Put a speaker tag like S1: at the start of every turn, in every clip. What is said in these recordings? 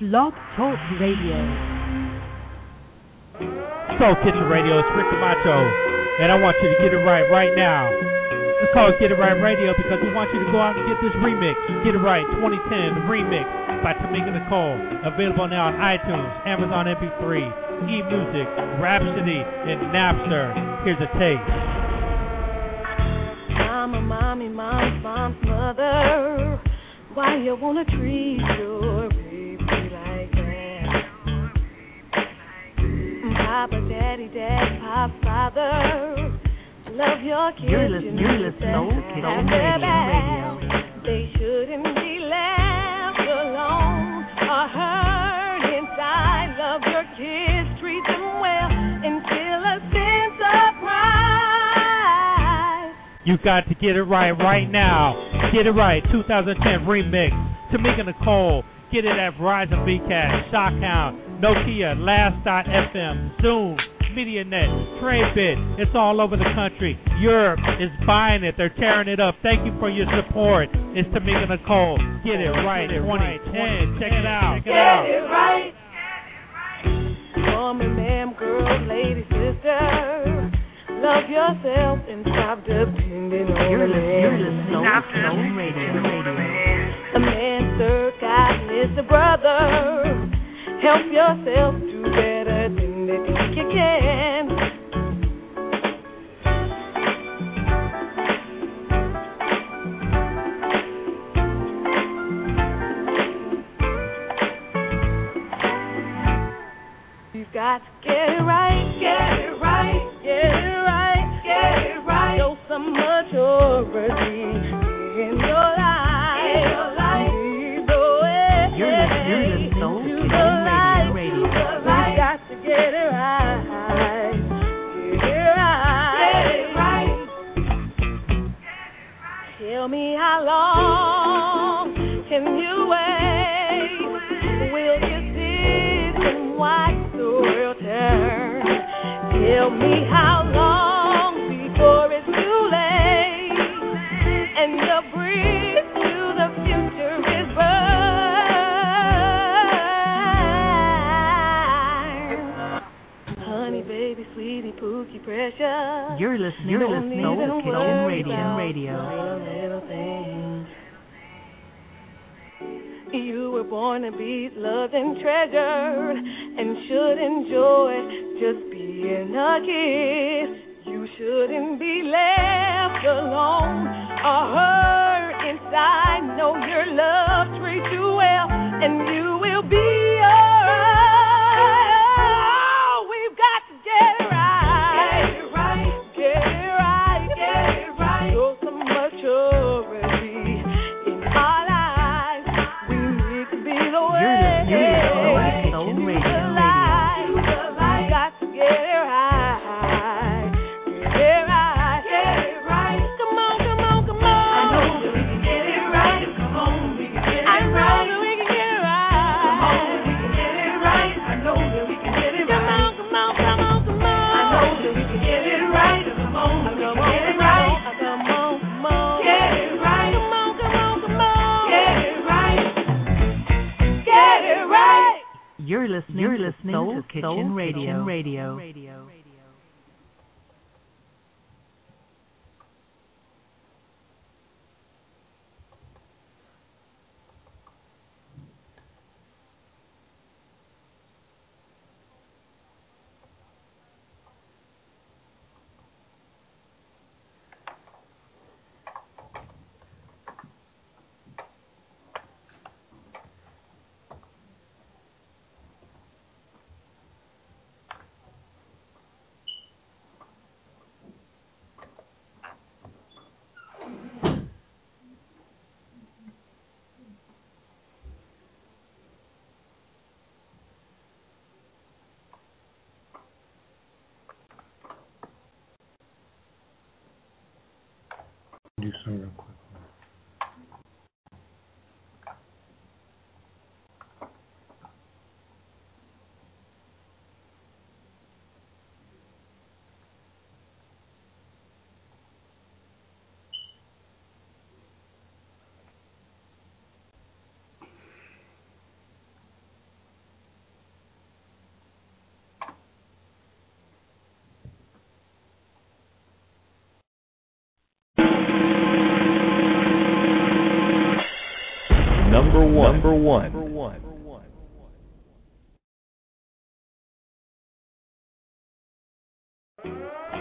S1: Blog Talk Radio.
S2: Soul Kitchen Radio, it's Rick Camacho, and I want you to get it right right now. It's called Get It Right Radio because we want you to go out and get this remix. Get It Right 2010 remix by Tamika Nicole. Available now on iTunes, Amazon MP3, eMusic, Rhapsody, and Napster. Here's a taste.
S3: I'm a mommy, mom's mom's mother. Why you wanna treat your baby like that? Mm, Papa, daddy, dad, pop, father. Love your kids.
S1: You're listening,
S3: you
S1: you're
S3: need
S1: listening
S3: that
S1: to Old Kitchen
S3: have their back.
S1: Radio.
S3: They shouldn't be left alone or hurt inside. Love your kids, treat them well, and feel a sense of pride.
S2: You got to get it right right now. Get it right, 2010 remix. Tamika Nicole, get it at Verizon VCast, Shockhound, Nokia, Last.fm, Zoom, MediaNet, TradeBit. It's all over the country. Europe is buying it. They're tearing it up. Thank you for your support. It's Tamika Nicole. Get it right, 2010. Check it out.
S3: Get it right. Woman, ma'am, girl, lady, sister. Love yourself and stop depending on
S1: You're
S3: a
S1: listening, you're listening to
S3: man.
S1: Old Kitchen Radio.
S3: A man, sir, God, is a brother. Help yourself do better than they think you can. You've got to get it right, get it right, get it right, get it right. Show some maturity in your life. In your life. Lead the way.
S1: You're listening, you're listening to Old
S3: To
S1: Kitchen Radio.
S3: the light, to the light. You've got to get it right, get it right. Tell me how long can you wait? Will you sit and watch the world turn? Tell me how long before it's too late and the bridge to the future is burned. Honey, baby, sweetie, pookie, precious.
S1: You're listening,
S3: You
S1: you're
S3: don't
S1: listening
S3: need
S1: to Old
S3: to
S1: Kitchen
S3: worry
S1: Radio.
S3: about
S1: Radio.
S3: little things. You were born to be loved and treasured and should enjoy just being a kid. You shouldn't be left alone or hurt inside. Know your love treats you well and you will be alright. We've got to get it right. Get it right. Get it right. Get it right. Show some maturity in our lives. We need to be the way.
S1: listening- you're listening to Old Kitchen
S3: Be
S1: Radio.
S3: the light. We got to get it right. Get it right. Get it right. Come on, come on, come on. I know that we can get it right. Come on, we can get it right. I know that we can get it right. Come on, we can get it right. I know that we can get it right. Come on, come on, come on, come on. I know that we can get it right. Come on, we can get it right. Come on, come on. Get it right. Come on, come on, come on. Get it right. Get it right.
S1: You're listening, you're listening to Soul Kitchen Radio. Radio.
S4: one. Number one.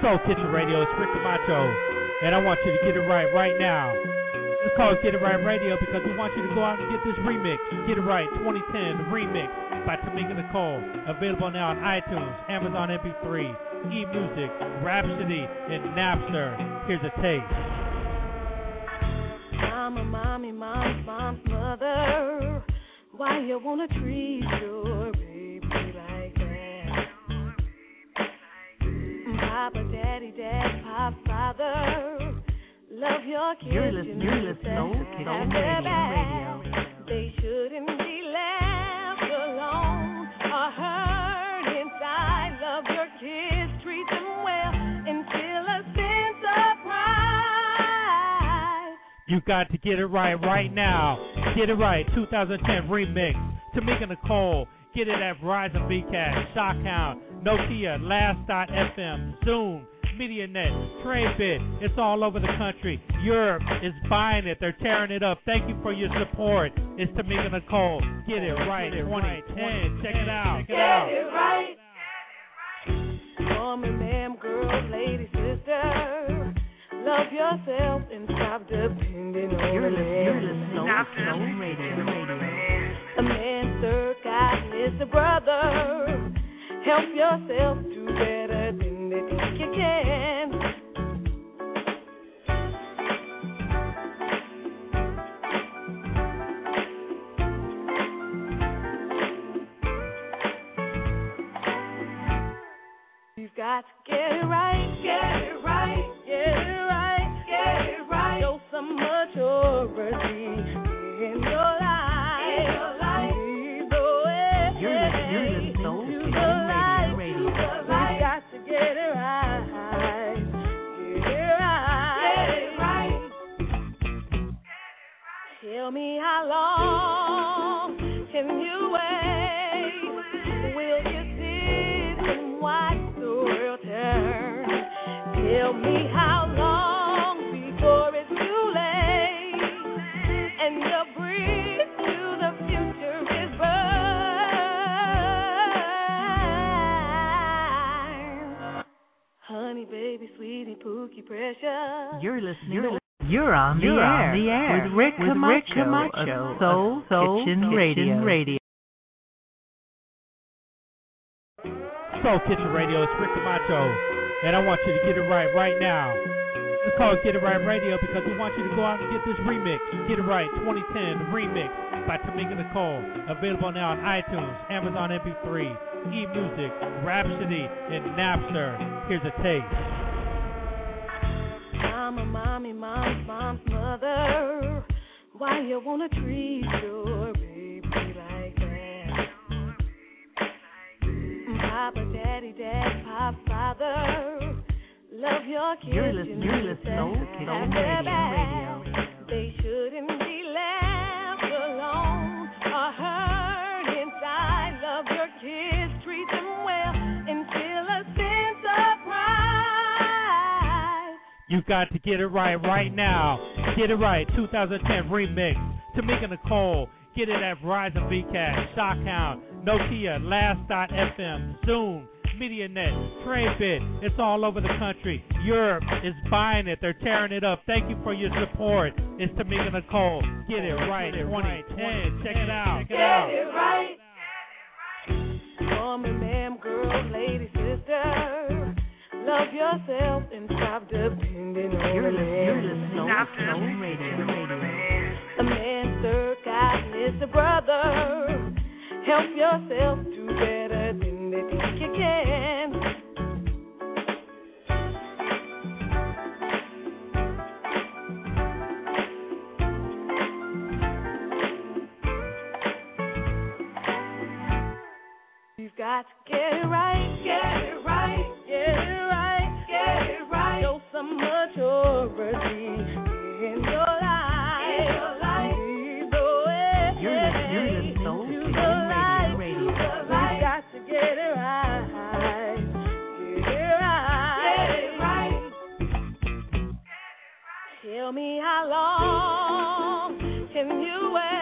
S2: Soul Kitchen Radio, it's Rick Camacho, and I want you to get it right right now. It's called Get It Right Radio because we want you to go out and get this remix. Get It Right 2010 Remix by Tamika Nicole. Available now on iTunes, Amazon MP3, eMusic, Rhapsody, and Napster. Here's a taste.
S3: I'm a mommy, mom's mom's mother. Why you wanna treat your baby like that? Mm, Papa, daddy, dad, pop, father. Love your kids.
S1: You're
S3: you
S1: listening,
S3: know
S1: you're listening,
S3: that
S1: Soul Kitchen
S3: have their back.
S1: Radio, Radio.
S3: They shouldn't be left alone or hurt inside. Love your kids, treat them well, and feel a sense of pride.
S2: You got to get it right right now. Get it right. 2010 remix. Tamika Nicole. Get it at Verizon Bcash, Shockhound, Nokia, Last.fm, Zoom, MediaNet, TradeBit. It's all over the country. Europe is buying it. They're tearing it up. Thank you for your support. It's Tamika Nicole. Get it right. 2010. Check it out. Check it out.
S3: Get it right. Woman, ma'am, girl, lady, sister. Love yourself and stop depending on
S1: You're
S3: a
S1: listening, you're
S3: man.
S1: listening, Soul Kitchen Radio, Radio.
S3: A man, sir, God, Mr. Brother. Help yourself do better than they think you can. You've got to get it right, get it right, get it right, get it right. Show some maturity in your life. In your life. Lead the way.
S1: You're the- you're the soul
S3: to
S1: kitchen
S3: the light,
S1: radio, radio.
S3: to the light. You've got to get it right, get it right, get it right. Tell me how long can you wait? Will you sit and watch the world turn? Tell me how long before it's too late and the bridge to the future is burned. Honey, baby, sweetie, pookie, precious.
S1: You're listening. You're, you're on the
S5: You're
S1: air.
S5: on the air
S1: with Rick
S5: with
S1: Camacho,
S5: Rick Camacho
S1: of Soul,
S5: of Soul
S1: Kitchen,
S5: Kitchen
S1: Radio.
S5: Radio.
S2: Soul Kitchen Radio. It's Rick Camacho, and I want you to get it right right now. It's called Get It Right Radio because we want you to go out and get this remix. Get It Right 2010 Remix by Tamika Nicole. Available now on iTunes, Amazon MP3, eMusic, Rhapsody, and Napster. Here's a taste.
S3: I'm a mommy, mom's mom's mother. Why you wanna treat your baby like that? Mm, Papa, daddy, dad, pop, father. Love your kids.
S1: You're
S3: you
S1: listening.
S3: know
S1: You're listening.
S3: that
S1: Soul
S3: have
S1: Kitchen
S3: their
S1: Radio.
S3: back.
S1: Radio.
S3: They shouldn't be left alone or hurt inside. Love your kids, treat them well, and feel a sense of pride.
S2: You got to get it right right now. Get it right. 2010 remix. Tamika Nicole. Get it at Verizon Bcash, Shockhound, Nokia, Last.fm, Zoom, MediaNet, TradeBit. It's all over the country. Europe is buying it. They're tearing it up. Thank you for your support. It's Tamika Nicole. Get it right. 2010. Check it out. Check it out.
S3: Get it right. Woman, ma'am, girl, lady, sister. Love yourself and stop depending on
S1: You're
S3: a
S1: listening. You're
S3: man.
S1: listening. Soul Kitchen Radio. Radio.
S3: A man, sir, God, Mr. Brother. Help yourself do better than they think you can. You've got to get it right, get it right, get it right, get it right. Show some maturity in your life. In your life. Lead the way.
S1: You're listening- you're listening to Soul
S3: To
S1: Kitchen
S3: the light,
S1: Radio,
S3: to the
S1: radio.
S3: light. You've got to get it right, get it right, get it right. Tell me how long can you wait?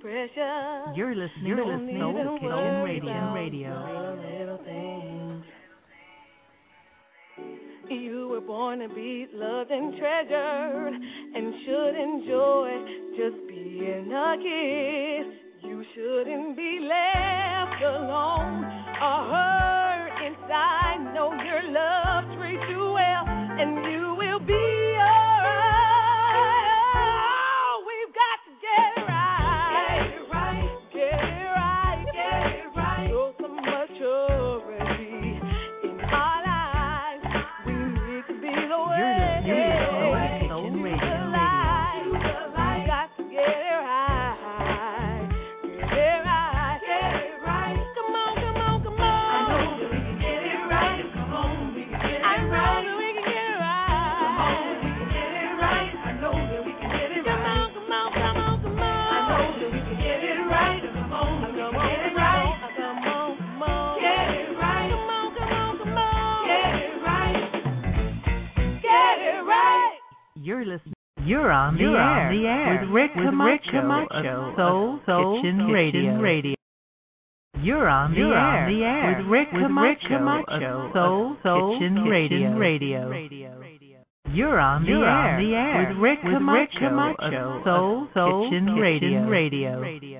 S3: pleasure.
S1: You're listening
S3: You're
S1: to
S3: listening
S1: Soul
S3: to
S1: Kitchen
S3: Soul
S1: Radio.
S3: Kitchen
S1: Radio.
S3: The little things. You were born to be loved and treasured and should enjoy just being a kid. You shouldn't be left alone or hurt inside. Know your love treats you well and you will be alright. We've got to get it right. Get it right. Get it right. Get it right. Show some maturity in our lives. We need to be the way.
S1: listening to Soul
S3: Show
S1: Kitchen Radio.
S3: the light. We got to get it right. Get it right. Get it right. Come on, come on, come on. I know that we can get it right. Come on, we can get it right. I know that we can get it right. Come on, we can get it right. I know that we can get it right. Come on, come on, come on, come on. I know that we can get it right. Come on, we can get it right. Come on, come on. Get it right. Come on, come on, come on. Get it right. Get it right.
S1: You're listening. You're on the
S4: You're
S1: air.
S4: on the air
S1: with Rick
S4: with
S1: Camacho,
S4: Rick Camacho
S1: of Soul,
S4: of Soul
S1: Kitchen,
S4: Kitchen
S1: Radio.
S4: Radio.
S1: You're on the
S4: You're
S1: air.
S4: on the air
S1: with Rick
S4: with Rick
S1: Camacho, of
S4: Camacho of
S1: Soul,
S4: Soul
S1: Kitchen,
S4: Kitchen
S1: Radio.
S4: Radio.
S1: You're on the
S4: You're
S1: air.
S4: on the air
S1: with Rick
S4: with Rick
S1: Camacho,
S4: Camacho
S1: of
S4: of
S1: Soul,
S4: Soul
S1: Kitchen,
S4: Kitchen
S1: Radio.
S4: Radio.